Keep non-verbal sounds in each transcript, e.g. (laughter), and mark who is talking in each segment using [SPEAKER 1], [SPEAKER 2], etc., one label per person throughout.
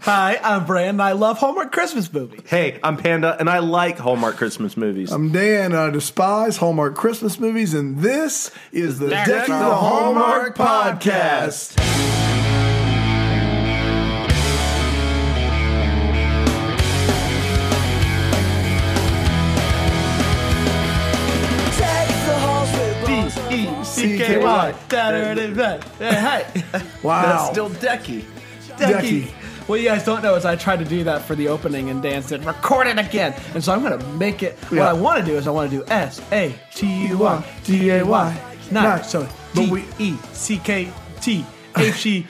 [SPEAKER 1] Hi, I'm Brand, and I love Hallmark Christmas movies.
[SPEAKER 2] Hey, I'm Panda, and I like Hallmark Christmas movies.
[SPEAKER 1] Um,
[SPEAKER 3] I'm Dan. I despise Hallmark Christmas movies, and this is the
[SPEAKER 1] Deck
[SPEAKER 3] Deck the
[SPEAKER 1] the
[SPEAKER 3] Hallmark
[SPEAKER 2] Hallmark
[SPEAKER 3] podcast.
[SPEAKER 1] D-E-C-K-Y. Hey,
[SPEAKER 3] Wow.
[SPEAKER 2] That's still Decky.
[SPEAKER 1] Decky.
[SPEAKER 3] Decky.
[SPEAKER 1] What you guys don't know is I tried to do that for the opening, and Dan said, record it again. And so I'm going to make it. What
[SPEAKER 3] Yeah.
[SPEAKER 1] I want to do is I want to do S A T U Y D A Y. Not
[SPEAKER 3] Not.
[SPEAKER 1] so
[SPEAKER 3] But
[SPEAKER 1] D
[SPEAKER 3] we-
[SPEAKER 1] E C K T H E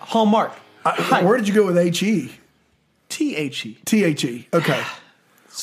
[SPEAKER 1] Hallmark.
[SPEAKER 3] I- where did you go with H E?
[SPEAKER 1] T H E.
[SPEAKER 3] T H E.
[SPEAKER 1] (sighs)
[SPEAKER 3] Okay.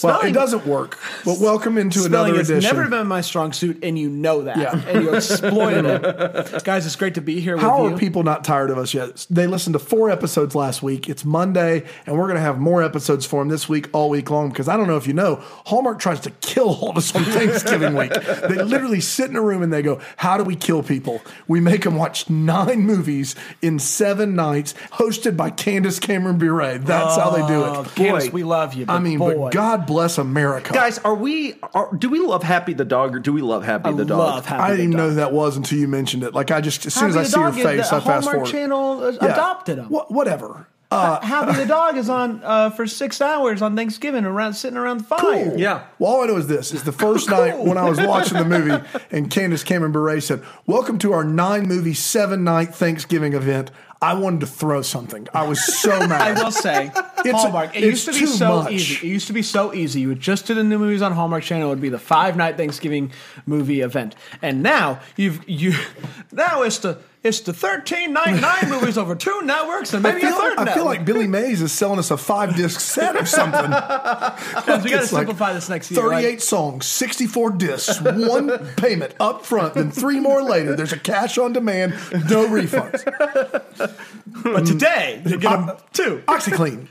[SPEAKER 3] Well, it
[SPEAKER 1] Spelling-
[SPEAKER 3] doesn't work. But welcome into
[SPEAKER 1] Spelling
[SPEAKER 3] another
[SPEAKER 1] has
[SPEAKER 3] edition.
[SPEAKER 1] never been my strong suit, and you know that.
[SPEAKER 3] Yeah.
[SPEAKER 1] And you exploited it. Guys, it's great to be here
[SPEAKER 3] How
[SPEAKER 1] with you.
[SPEAKER 3] are people not tired of us yet? They listened to four episodes last week. It's Monday, and we're going to have more episodes for them this week, all week long. Because I don't know if you know, Hallmark tries to kill all of us on (laughs) Thanksgiving week. They literally sit in a room and they go, "How do we kill people? We make them watch nine movies in seven nights, hosted by Candace Cameron Bure. That's how they do
[SPEAKER 1] Oh,
[SPEAKER 3] it.
[SPEAKER 1] Candace,
[SPEAKER 2] Boy.
[SPEAKER 1] we love you.
[SPEAKER 3] I mean,
[SPEAKER 1] boy,
[SPEAKER 3] but God bless America.
[SPEAKER 2] Guys, are we? Are, do we love Happy the dog, or do we love Happy
[SPEAKER 1] I
[SPEAKER 2] the dog?
[SPEAKER 1] love Happy
[SPEAKER 3] I
[SPEAKER 1] the
[SPEAKER 3] didn't even
[SPEAKER 1] Dog.
[SPEAKER 3] know who that was until you mentioned it. Like I just, as soon as I
[SPEAKER 1] Happy
[SPEAKER 3] see
[SPEAKER 1] the
[SPEAKER 3] your
[SPEAKER 1] Dog is-
[SPEAKER 3] face,
[SPEAKER 1] the
[SPEAKER 3] I fast
[SPEAKER 1] Hallmark
[SPEAKER 3] forward.
[SPEAKER 1] Channel uh,
[SPEAKER 3] Yeah.
[SPEAKER 1] adopted him. Uh,
[SPEAKER 3] Wha- whatever.
[SPEAKER 1] Happy
[SPEAKER 3] (laughs)
[SPEAKER 1] the Dog is on uh, for six hours on Thanksgiving, around sitting around the fire.
[SPEAKER 3] Cool.
[SPEAKER 2] Yeah.
[SPEAKER 3] Well, all I know is
[SPEAKER 1] (laughs)
[SPEAKER 3] this: is the first night when I was watching the movie, and Candace Cameron Bure said, "Welcome to our nine movie, seven night Thanksgiving event." I wanted to throw something. I was
[SPEAKER 1] (laughs)
[SPEAKER 3] so
[SPEAKER 1] I
[SPEAKER 3] mad.
[SPEAKER 1] will
[SPEAKER 3] (laughs)
[SPEAKER 1] say, Hallmark. It used
[SPEAKER 3] it's
[SPEAKER 1] to be
[SPEAKER 3] too
[SPEAKER 1] so
[SPEAKER 3] much.
[SPEAKER 1] easy. It used to be so easy. You would just do the new movies on Hallmark Channel. It would be the five night Thanksgiving movie event. And now you've you (laughs) now it's the it's the thirteen night nine movies over two networks and
[SPEAKER 3] I
[SPEAKER 1] maybe
[SPEAKER 3] feel,
[SPEAKER 1] a third.
[SPEAKER 3] I feel
[SPEAKER 1] network.
[SPEAKER 3] like Billy Mays is selling us a five disc set
[SPEAKER 1] (laughs)
[SPEAKER 3] or something.
[SPEAKER 1] Guys, we got to
[SPEAKER 3] it's like
[SPEAKER 1] simplify this next year. right?
[SPEAKER 3] 38 songs, 64
[SPEAKER 1] (laughs)
[SPEAKER 3] discs, one payment up front, then three more later. There's a cash on demand, no
[SPEAKER 1] (laughs)
[SPEAKER 3] refunds.
[SPEAKER 1] but today you get 'em
[SPEAKER 3] I-
[SPEAKER 1] two.
[SPEAKER 3] OxyClean.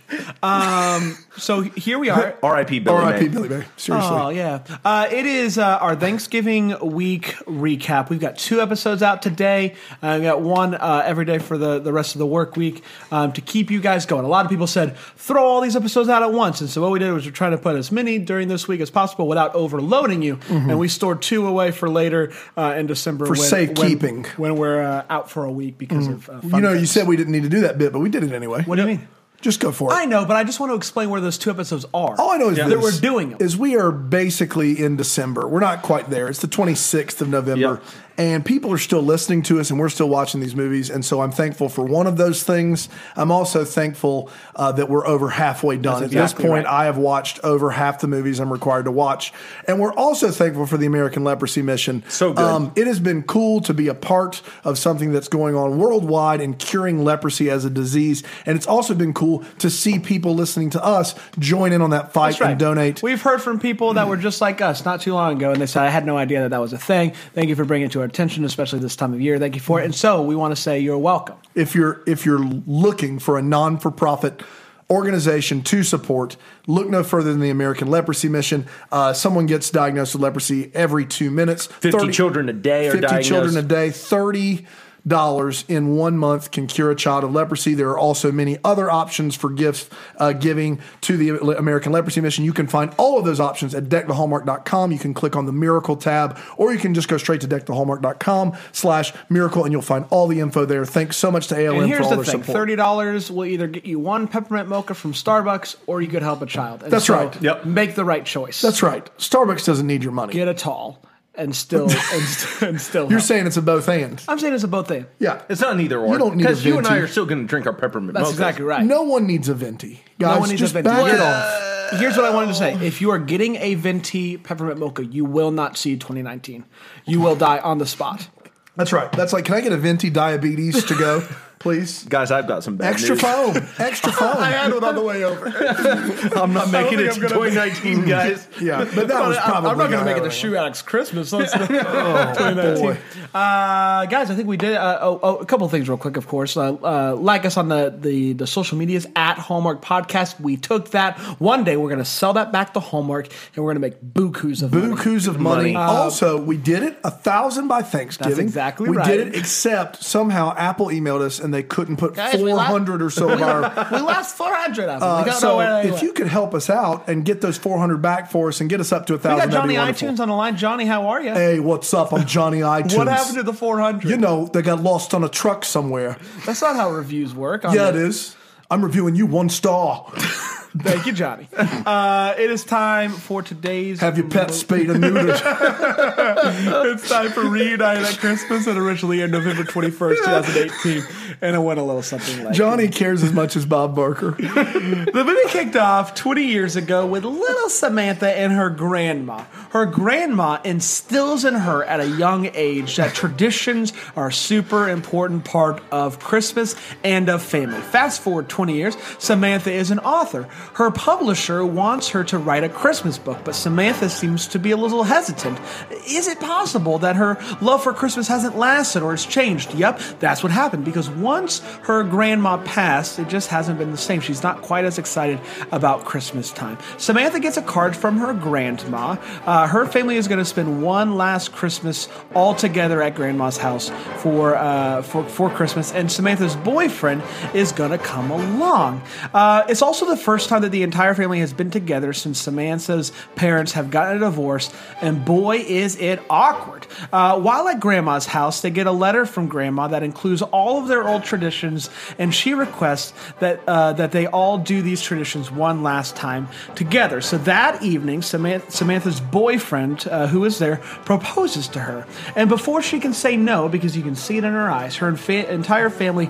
[SPEAKER 1] So here we
[SPEAKER 3] (laughs)
[SPEAKER 1] are.
[SPEAKER 2] R.I.P. Billy.
[SPEAKER 3] RIP
[SPEAKER 2] May.
[SPEAKER 3] Billy May. Seriously.
[SPEAKER 1] Oh yeah, uh, it is uh, our Thanksgiving week recap. We've got two episodes out today. Uh, we got one uh, every day for the, the rest of the work week um, to keep you guys going. A lot of people said throw all these episodes out at once, and so what we did was we're trying to put as many during this week as possible without overloading you.
[SPEAKER 3] Mm-hmm.
[SPEAKER 1] And we stored two away for later uh, in December for
[SPEAKER 3] safekeeping. Mm.
[SPEAKER 1] when, we're uh, out for a week because of uh, fun
[SPEAKER 3] you know, you
[SPEAKER 1] things.
[SPEAKER 3] said we didn't need to do that bit, but we did it anyway.
[SPEAKER 1] what do you mean?
[SPEAKER 3] Just go for it.
[SPEAKER 1] I know, but I just want to explain where those two episodes are.
[SPEAKER 3] All I know is
[SPEAKER 1] that
[SPEAKER 3] this,
[SPEAKER 1] we're doing them.
[SPEAKER 3] is we are basically in December. We're not quite there. It's the 26th of November,
[SPEAKER 2] Yep.
[SPEAKER 3] and people are still listening to us, and we're still watching these movies. And so I'm thankful for one of those things. I'm also thankful uh, that we're over halfway done.
[SPEAKER 1] That's
[SPEAKER 3] At this
[SPEAKER 1] exactly
[SPEAKER 3] point,
[SPEAKER 1] right.
[SPEAKER 3] I have watched over half the movies I'm required to watch, and we're also thankful for the American Leprosy Mission. Um,
[SPEAKER 2] So good.
[SPEAKER 3] it has been cool to be a part of something that's going on worldwide and curing leprosy as a disease. And it's also been cool to see people listening to us join in on that fight
[SPEAKER 1] That's right.
[SPEAKER 3] and donate.
[SPEAKER 1] We've heard from people that were just like us not too long ago, and they said, I had no idea that that was a thing. Thank you for bringing it to our attention, especially this time of year. Thank you for it. And so we want to say you're welcome.
[SPEAKER 3] if you're if you're looking for a non for profit organization to support, look no further than the American Leprosy Mission. Uh, someone gets diagnosed with leprosy every two minutes.
[SPEAKER 2] 50 children a day are
[SPEAKER 3] 50
[SPEAKER 2] diagnosed.
[SPEAKER 3] children a day. Thirty. Dollars in one month can cure a child of leprosy. There are also many other options for gifts uh, giving to the Le- American Leprosy Mission. You can find all of those options at deckthehallmark.com. You can click on the miracle tab, or you can just go straight to deckthehallmark.com slash miracle, and you'll find all the info there. Thanks so much to ALM
[SPEAKER 1] And
[SPEAKER 3] for
[SPEAKER 1] here's
[SPEAKER 3] all
[SPEAKER 1] the
[SPEAKER 3] their
[SPEAKER 1] thing
[SPEAKER 3] support.
[SPEAKER 1] $30 will either get you one peppermint mocha from Starbucks or you could help a child. And
[SPEAKER 3] That's
[SPEAKER 1] so
[SPEAKER 3] right.
[SPEAKER 2] Yep.
[SPEAKER 1] Make the right choice.
[SPEAKER 3] That's right. Starbucks doesn't need your money.
[SPEAKER 1] Get a tall and still, and, st- and (laughs) still.
[SPEAKER 3] You're
[SPEAKER 1] help.
[SPEAKER 3] saying it's a both and.
[SPEAKER 1] I'm saying Uh, it's a both thing.
[SPEAKER 3] Yeah.
[SPEAKER 2] It's not an either or.
[SPEAKER 3] You don't need a
[SPEAKER 2] because you and I
[SPEAKER 3] venti.
[SPEAKER 2] are still going to drink our peppermint.
[SPEAKER 1] That's
[SPEAKER 2] mochas.
[SPEAKER 1] exactly right.
[SPEAKER 3] No one needs a venti. Guys,
[SPEAKER 1] No one needs
[SPEAKER 3] just
[SPEAKER 1] a venti.
[SPEAKER 3] back it
[SPEAKER 1] Well-
[SPEAKER 3] off.
[SPEAKER 1] Here's what I wanted to say. If you are getting a venti peppermint mocha, you will not see 2019. You will die on the spot.
[SPEAKER 3] That's right. That's like, can I get a venti diabetes
[SPEAKER 1] (laughs)
[SPEAKER 3] to go, please?
[SPEAKER 2] Guys, I've got some bad
[SPEAKER 3] Extra
[SPEAKER 2] news.
[SPEAKER 3] foam. Extra foam. I had one on the way over.
[SPEAKER 2] (laughs)
[SPEAKER 1] (laughs)
[SPEAKER 2] I'm not making
[SPEAKER 1] think
[SPEAKER 2] it
[SPEAKER 1] I'm
[SPEAKER 2] to
[SPEAKER 1] gonna- (laughs)
[SPEAKER 2] 2019, guys.
[SPEAKER 3] Yeah, but that was probably.
[SPEAKER 1] I'm not going
[SPEAKER 3] gonna Oh,
[SPEAKER 1] to make it the shoe Alex Christmas.
[SPEAKER 3] (laughs)
[SPEAKER 1] Let's (laughs) uh, guys, I think we did uh, oh, oh, a couple of things real quick. Of course, uh, uh, like us on the, the the social medias at Hallmark Podcast. We took that one day. We're going to sell that back to Hallmark, and we're going to make bukus of money. Um,
[SPEAKER 3] Bukus of money.
[SPEAKER 2] Money.
[SPEAKER 3] also, we did it a thousand by Thanksgiving.
[SPEAKER 1] exactly
[SPEAKER 3] we
[SPEAKER 1] right.
[SPEAKER 3] did it, except somehow Apple emailed us and they couldn't put
[SPEAKER 1] Guys, we lost-
[SPEAKER 3] 400 or so of our.
[SPEAKER 1] we lost 400 of them. we
[SPEAKER 3] Uh,
[SPEAKER 1] don't know
[SPEAKER 3] so
[SPEAKER 1] where they
[SPEAKER 3] if
[SPEAKER 1] went.
[SPEAKER 3] you could help us out and get those 400 back for us and get us up to a
[SPEAKER 1] we
[SPEAKER 3] thousand,
[SPEAKER 1] got
[SPEAKER 3] that'd
[SPEAKER 1] Johnny
[SPEAKER 3] be wonderful.
[SPEAKER 1] iTunes on the line. Johnny, how are you?
[SPEAKER 3] Hey, what's up? I'm Johnny iTunes.
[SPEAKER 1] what happened to the 400?
[SPEAKER 3] You know, they got lost on a truck somewhere.
[SPEAKER 1] That's not how reviews work. on
[SPEAKER 3] Yeah, it
[SPEAKER 1] the-
[SPEAKER 3] is. I'm reviewing you one star.
[SPEAKER 1] Thank you, Johnny. (laughs) Uh, it is time for today's.
[SPEAKER 3] Have your
[SPEAKER 1] (laughs)
[SPEAKER 3] pet spayed and neutered.
[SPEAKER 1] it's time for Reunited at Christmas and originally on November
[SPEAKER 3] (laughs)
[SPEAKER 1] 21st, 2018. And I went a little something like
[SPEAKER 3] Johnny cares as much as Bob Barker.
[SPEAKER 1] The movie kicked off 20 years ago with little Samantha and her grandma. Her grandma instills in her at a young age that traditions are a super important part of Christmas and of family. Fast forward 20 years, Samantha is an author. Her publisher wants her to write a Christmas book, but Samantha seems to be a little hesitant. Is it possible that her love for Christmas hasn't lasted or it's changed? Yep, that's what happened because once her grandma passed, it just hasn't been the same. She's not quite as excited about Christmas time. Samantha gets a card from her grandma. Uh, her family is going to spend one last Christmas all together at grandma's house for uh, for for Christmas, and Samantha's boyfriend is going to come along. Uh, it's also the first time that the entire family has been together since Samantha's parents have gotten a divorce, and boy, is it awkward. Uh, while at grandma's house, they get a letter from grandma that includes all of their old traditions, and she requests that uh, that they all do these traditions one last time together. So that evening, Samantha, Samantha's boyfriend, uh, who is there, proposes to her, and before she can say no, because you can see it in her eyes, her infa- entire family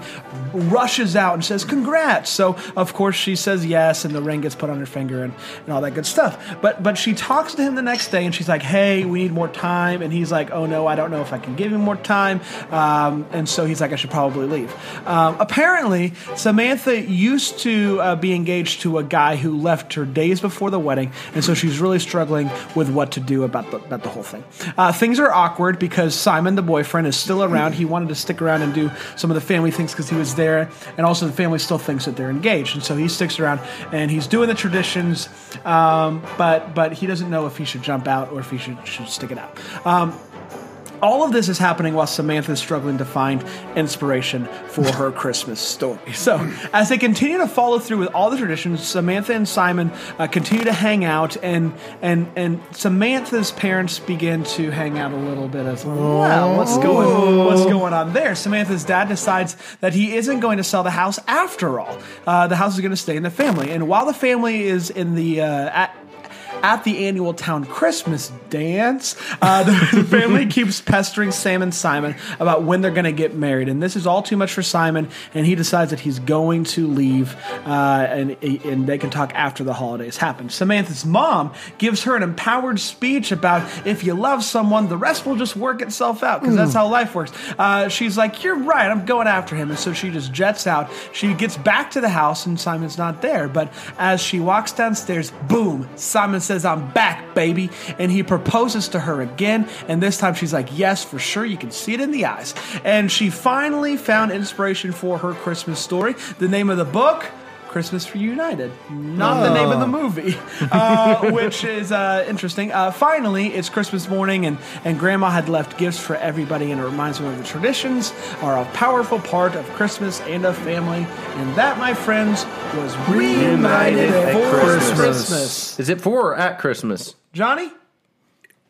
[SPEAKER 1] rushes out and says, "Congrats!" So of course she says yes, and the ring gets put on her finger and, and all that good stuff. But but she talks to him the next day, and she's like, "Hey, we need more time," and he's like, "Oh no, I don't know if I can give him more time," um, and so he's like, "I should probably leave." Um, apparently, Samantha used to uh, be engaged to a guy who left her days before the wedding, and so she's really struggling with what to do about the about the whole thing. Uh, things are awkward because Simon, the boyfriend, is still around. He wanted to stick around and do some of the family things because he was there, and also the family still thinks that they're engaged, and so he sticks around and he's doing the traditions, um, but but he doesn't know if he should jump out or if he should should stick it out. Um, all of this is happening while Samantha is struggling to find inspiration for her Christmas story. So, as they continue to follow through with all the traditions, Samantha and Simon uh, continue to hang out, and and and Samantha's parents begin to hang out a little bit as well. What's going What's going on there? Samantha's dad decides that he isn't going to sell the house after all. Uh, the house is going to stay in the family, and while the family is in the uh, at, at the annual town Christmas dance, uh, the, (laughs) the family keeps pestering Sam and Simon about when they're going to get married, and this is all too much for Simon. And he decides that he's going to leave, uh, and and they can talk after the holidays happen. Samantha's mom gives her an empowered speech about if you love someone, the rest will just work itself out because that's how life works. Uh, she's like, "You're right, I'm going after him," and so she just jets out. She gets back to the house, and Simon's not there. But as she walks downstairs, boom, Simon says, I'm back, baby. And he proposes to her again. And this time she's like, Yes, for sure. You can see it in the eyes. And she finally found inspiration for her Christmas story. The name of the book. Christmas Reunited, not the name of
[SPEAKER 3] Oh.
[SPEAKER 1] the movie,
[SPEAKER 3] (laughs)
[SPEAKER 1] uh, which is uh, interesting. Uh, finally, it's Christmas morning, and, and Grandma had left gifts for everybody, and it reminds me of the traditions are a powerful part of Christmas and of family. And that, my friends, was Reunited,
[SPEAKER 2] Reunited at
[SPEAKER 1] for
[SPEAKER 2] Christmas.
[SPEAKER 1] Christmas.
[SPEAKER 2] Is it for or at Christmas?
[SPEAKER 1] Johnny?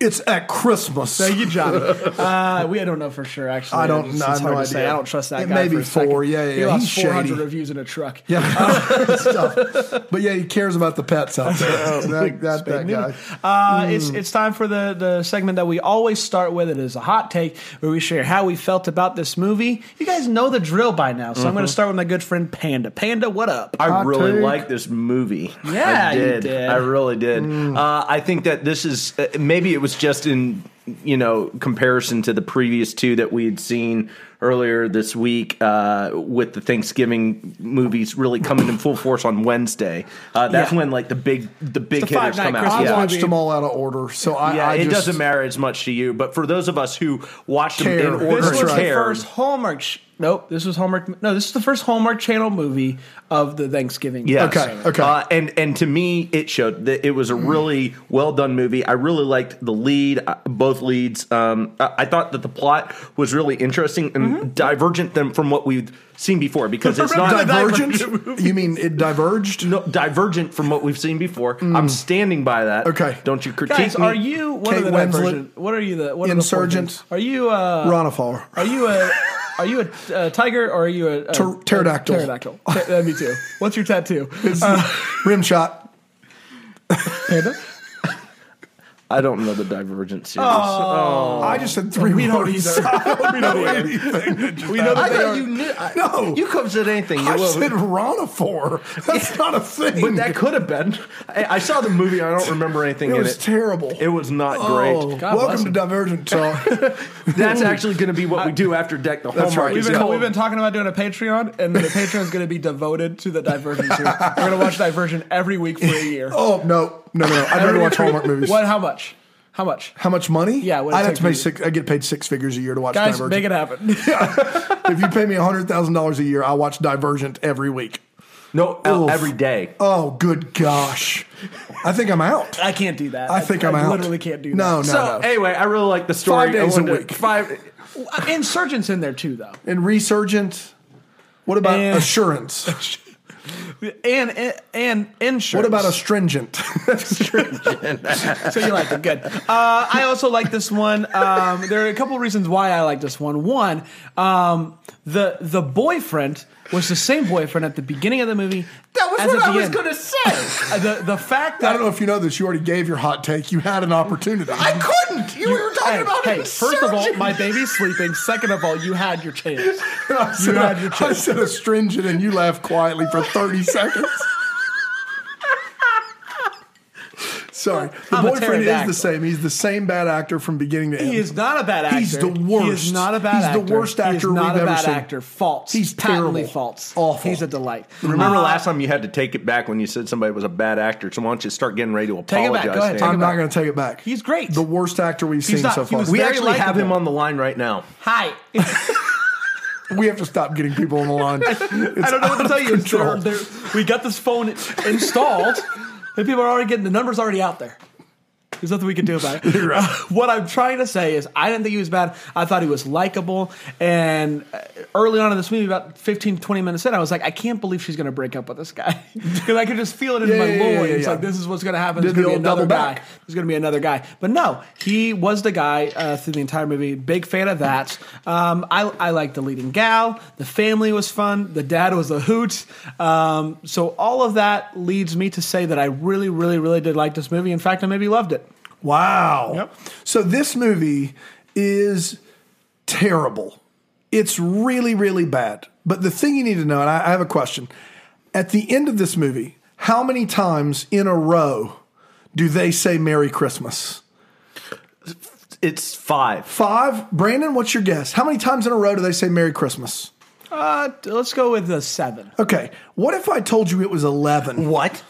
[SPEAKER 3] It's at Christmas.
[SPEAKER 1] Thank you, Johnny. uh, we I don't know for sure. Actually,
[SPEAKER 3] I don't
[SPEAKER 1] It's-
[SPEAKER 3] know. I
[SPEAKER 1] it's
[SPEAKER 3] have
[SPEAKER 1] hard
[SPEAKER 3] no
[SPEAKER 1] to say.
[SPEAKER 3] idea.
[SPEAKER 1] I don't trust that
[SPEAKER 3] It
[SPEAKER 1] guy.
[SPEAKER 3] may
[SPEAKER 1] for
[SPEAKER 3] be
[SPEAKER 1] a second.
[SPEAKER 3] four. Yeah, yeah,
[SPEAKER 1] He
[SPEAKER 3] yeah.
[SPEAKER 1] lost
[SPEAKER 3] He's
[SPEAKER 1] 400
[SPEAKER 3] shady.
[SPEAKER 1] reviews in a truck.
[SPEAKER 3] (laughs) Yeah, (laughs) stuff. But yeah, he cares about the pets out there. Oh, that (laughs) that, that guy. Mm.
[SPEAKER 1] Uh, It's it's time for the the segment that we always start with. It is a hot take where we share how we felt about this movie. You guys know the drill by now, so I'm
[SPEAKER 3] Mm-hmm.
[SPEAKER 1] going to start with my good friend Panda. Panda, what up?
[SPEAKER 2] I
[SPEAKER 3] Hot
[SPEAKER 2] really
[SPEAKER 3] take.
[SPEAKER 2] like this movie.
[SPEAKER 1] Yeah,
[SPEAKER 2] I
[SPEAKER 1] you
[SPEAKER 2] did.
[SPEAKER 1] did. Mm.
[SPEAKER 2] I really did. Uh, I think that this is uh, maybe it was just in you know comparison to the previous two that we had seen earlier this week uh, with the Thanksgiving movies really coming in full force on Wednesday. Uh, that's
[SPEAKER 1] Yeah.
[SPEAKER 2] when like the big the big
[SPEAKER 1] It's the Five
[SPEAKER 2] hitters
[SPEAKER 1] Night
[SPEAKER 2] come out.
[SPEAKER 1] Christmas
[SPEAKER 3] I
[SPEAKER 1] Yeah.
[SPEAKER 3] watched them all out of order, so I,
[SPEAKER 2] Yeah,
[SPEAKER 3] I
[SPEAKER 2] it
[SPEAKER 3] just,
[SPEAKER 2] doesn't matter as much to you, but for those of us who watched
[SPEAKER 3] Care.
[SPEAKER 2] them in order
[SPEAKER 1] This
[SPEAKER 3] That's
[SPEAKER 1] was
[SPEAKER 2] and
[SPEAKER 3] right.
[SPEAKER 1] the
[SPEAKER 2] cared,
[SPEAKER 1] first Hallmark. Sh- nope, this was Hallmark. No, this is the first Hallmark Channel movie of the Thanksgiving.
[SPEAKER 2] Yeah.
[SPEAKER 3] Okay, okay.
[SPEAKER 2] Uh, and Mm. and to me, it showed that it was a really well done movie. I really liked the lead. Uh, Both both leads. Um, I, I thought that the plot was really interesting and divergent than from what we've seen before because it's not
[SPEAKER 1] Remember the
[SPEAKER 3] Divergent? you mean it diverged?
[SPEAKER 2] no, divergent from what we've seen before. I'm standing by that.
[SPEAKER 3] Mm. Okay.
[SPEAKER 2] don't you critique
[SPEAKER 1] Guys,
[SPEAKER 2] me?
[SPEAKER 1] are you what
[SPEAKER 3] Kate
[SPEAKER 1] are the
[SPEAKER 3] Winslet.
[SPEAKER 1] divergent? What are you the what are the four
[SPEAKER 3] Insurgent.
[SPEAKER 1] things? Are you uh,
[SPEAKER 3] Ronafar.
[SPEAKER 1] Are you a are you a uh, tiger or are you a, a
[SPEAKER 3] Pter- pterodactyl.
[SPEAKER 1] Pterodactyl. Pter- uh, me too. What's your
[SPEAKER 3] (laughs)
[SPEAKER 1] tattoo? Uh,
[SPEAKER 3] Rim shot.
[SPEAKER 1] Panda.
[SPEAKER 2] I don't know the divergent series. Oh.
[SPEAKER 3] I just said three
[SPEAKER 1] We don't
[SPEAKER 3] words.
[SPEAKER 1] either.
[SPEAKER 3] (laughs) I don't know anything. Oh. that just
[SPEAKER 1] We know
[SPEAKER 2] I
[SPEAKER 1] that
[SPEAKER 3] happened.
[SPEAKER 1] they
[SPEAKER 2] thought
[SPEAKER 1] are,
[SPEAKER 2] you knew. I,
[SPEAKER 3] No.
[SPEAKER 2] you comes at anything. You
[SPEAKER 3] I
[SPEAKER 2] love
[SPEAKER 3] said
[SPEAKER 2] it.
[SPEAKER 3] Ronafar. That's not a thing.
[SPEAKER 2] But that could have been. I, I saw the movie. I don't remember anything
[SPEAKER 3] it
[SPEAKER 2] in
[SPEAKER 3] was
[SPEAKER 2] it.
[SPEAKER 3] terrible.
[SPEAKER 2] It was not
[SPEAKER 3] Oh,
[SPEAKER 2] great.
[SPEAKER 1] God bless
[SPEAKER 3] welcome to
[SPEAKER 1] him.
[SPEAKER 3] Divergent
[SPEAKER 1] (laughs)
[SPEAKER 3] Talk.
[SPEAKER 2] That's actually going to be what we do after Deck the
[SPEAKER 3] That's
[SPEAKER 2] Hallmark.
[SPEAKER 3] right.
[SPEAKER 1] We've
[SPEAKER 2] is
[SPEAKER 1] been,
[SPEAKER 2] out.
[SPEAKER 1] we've been talking about doing a Patreon, and the Patreon is going to be devoted to the Divergent series. We're going to watch Divergent every week for a year.
[SPEAKER 3] oh no, no, no! no. I'd rather watch Hallmark movies.
[SPEAKER 1] What? How much? How much?
[SPEAKER 3] How much money?
[SPEAKER 1] Yeah, what it
[SPEAKER 3] I have
[SPEAKER 1] take
[SPEAKER 3] to pay
[SPEAKER 1] you-
[SPEAKER 3] six. I get paid six figures a year to watch
[SPEAKER 1] Guys,
[SPEAKER 3] Divergent.
[SPEAKER 1] make it happen. (laughs)
[SPEAKER 3] if you pay me hundred thousand dollars a year, I watch Divergent every week.
[SPEAKER 2] no out
[SPEAKER 3] Oof.
[SPEAKER 2] every day.
[SPEAKER 3] Oh, good gosh! I think I'm out.
[SPEAKER 1] I can't do that.
[SPEAKER 3] I think I'm out.
[SPEAKER 1] Literally can't do
[SPEAKER 3] No,
[SPEAKER 1] that.
[SPEAKER 3] no,
[SPEAKER 2] so
[SPEAKER 3] no.
[SPEAKER 2] anyway, I really like the story.
[SPEAKER 3] Five days
[SPEAKER 2] I wanted
[SPEAKER 3] a
[SPEAKER 2] to-
[SPEAKER 3] week.
[SPEAKER 2] Five.
[SPEAKER 1] So uh, Insurgents in there too, though.
[SPEAKER 3] And Resurgent. What about
[SPEAKER 1] And-
[SPEAKER 3] assurance?
[SPEAKER 1] and and, and insurance.
[SPEAKER 3] What about astringent? (laughs)
[SPEAKER 1] So you liked it, good. Uh, I also like this one. Um, there are a couple reasons why I like this one. One, um, the the boyfriend was the same boyfriend at the beginning of the movie.
[SPEAKER 2] That was
[SPEAKER 1] as
[SPEAKER 2] what
[SPEAKER 1] at
[SPEAKER 2] I
[SPEAKER 1] the
[SPEAKER 2] was
[SPEAKER 1] end.
[SPEAKER 2] going to say.
[SPEAKER 1] Uh, The the fact that
[SPEAKER 3] I don't know if you know this. You already gave your hot take. You had an opportunity.
[SPEAKER 2] I couldn't. You, were talking
[SPEAKER 1] Hey,
[SPEAKER 2] about
[SPEAKER 1] hey,
[SPEAKER 2] it.
[SPEAKER 1] first of all, my baby's sleeping. Second of all, you had your chance.
[SPEAKER 3] I said,
[SPEAKER 1] had your
[SPEAKER 3] I said astringent, and you laughed quietly for
[SPEAKER 1] (laughs)
[SPEAKER 3] thirty seconds. Sorry, the
[SPEAKER 1] I'm a
[SPEAKER 3] boyfriend is
[SPEAKER 1] pterodactyl.
[SPEAKER 3] the same. He's the same bad actor from beginning to end.
[SPEAKER 1] He is not a bad actor.
[SPEAKER 3] He's the
[SPEAKER 1] He is
[SPEAKER 3] worst.
[SPEAKER 1] not a bad
[SPEAKER 3] He's the
[SPEAKER 1] actor.
[SPEAKER 3] worst
[SPEAKER 1] He is
[SPEAKER 3] actor
[SPEAKER 1] not
[SPEAKER 3] we've
[SPEAKER 1] a
[SPEAKER 3] ever
[SPEAKER 1] bad
[SPEAKER 3] seen.
[SPEAKER 1] actor. False.
[SPEAKER 3] He's
[SPEAKER 1] patently
[SPEAKER 3] terrible.
[SPEAKER 1] false.
[SPEAKER 3] Awful.
[SPEAKER 1] He's a delight.
[SPEAKER 2] Remember
[SPEAKER 1] Uh,
[SPEAKER 2] last time you had to take it back when you said somebody was a bad actor. So why don't you start getting ready
[SPEAKER 1] Take
[SPEAKER 2] to
[SPEAKER 1] it back.
[SPEAKER 2] apologize?
[SPEAKER 1] Go ahead,
[SPEAKER 2] Dan?
[SPEAKER 1] take it
[SPEAKER 3] I'm
[SPEAKER 1] back.
[SPEAKER 3] not going to take it back.
[SPEAKER 1] He's great.
[SPEAKER 3] The worst actor we've seen
[SPEAKER 1] not-
[SPEAKER 3] so
[SPEAKER 1] he
[SPEAKER 3] far.
[SPEAKER 1] was
[SPEAKER 2] we
[SPEAKER 1] very
[SPEAKER 2] actually have
[SPEAKER 1] likable.
[SPEAKER 2] him on the line right now.
[SPEAKER 1] Hi.
[SPEAKER 3] we have to stop getting people on the line.
[SPEAKER 1] (laughs) I don't know what to tell you. It's-
[SPEAKER 3] control.
[SPEAKER 1] they're- they're- we got this phone installed, and people are already getting the numbers already out there. There's nothing we can do about
[SPEAKER 3] (laughs)
[SPEAKER 1] it. Uh, what I'm trying to say is, I didn't think he was bad. I thought he was likable. And uh, early on in this movie, about 15, 20 minutes in, I was like, I can't believe she's going to break up with this guy. (laughs) Because I could just feel it in
[SPEAKER 3] Yeah,
[SPEAKER 1] my
[SPEAKER 3] yeah, yeah,
[SPEAKER 1] loins.
[SPEAKER 3] yeah, yeah.
[SPEAKER 1] Like, this is what's going to happen.
[SPEAKER 3] Did
[SPEAKER 1] There's going
[SPEAKER 3] the
[SPEAKER 1] to be
[SPEAKER 3] old
[SPEAKER 1] another
[SPEAKER 3] double
[SPEAKER 1] guy.
[SPEAKER 3] back.
[SPEAKER 1] There's going to be another guy. But no, he was the guy uh, through the entire movie. Big fan of that. Um, I, I liked the leading gal. The family was fun. The dad was a hoot. Um, so all of that leads me to say that I really, really, really did like this movie. In fact, I maybe loved it.
[SPEAKER 3] Wow.
[SPEAKER 1] Yep.
[SPEAKER 3] So this movie is terrible. It's really, really bad. But the thing you need to know, and I, I have a question. At the end of this movie, how many times in a row do they say Merry Christmas?
[SPEAKER 2] It's five.
[SPEAKER 3] Five? Brandon, what's your guess? How many times in a row do they say Merry Christmas?
[SPEAKER 1] Uh, t- let's go with the seven.
[SPEAKER 3] Okay. What if I told you it was 11?
[SPEAKER 2] What?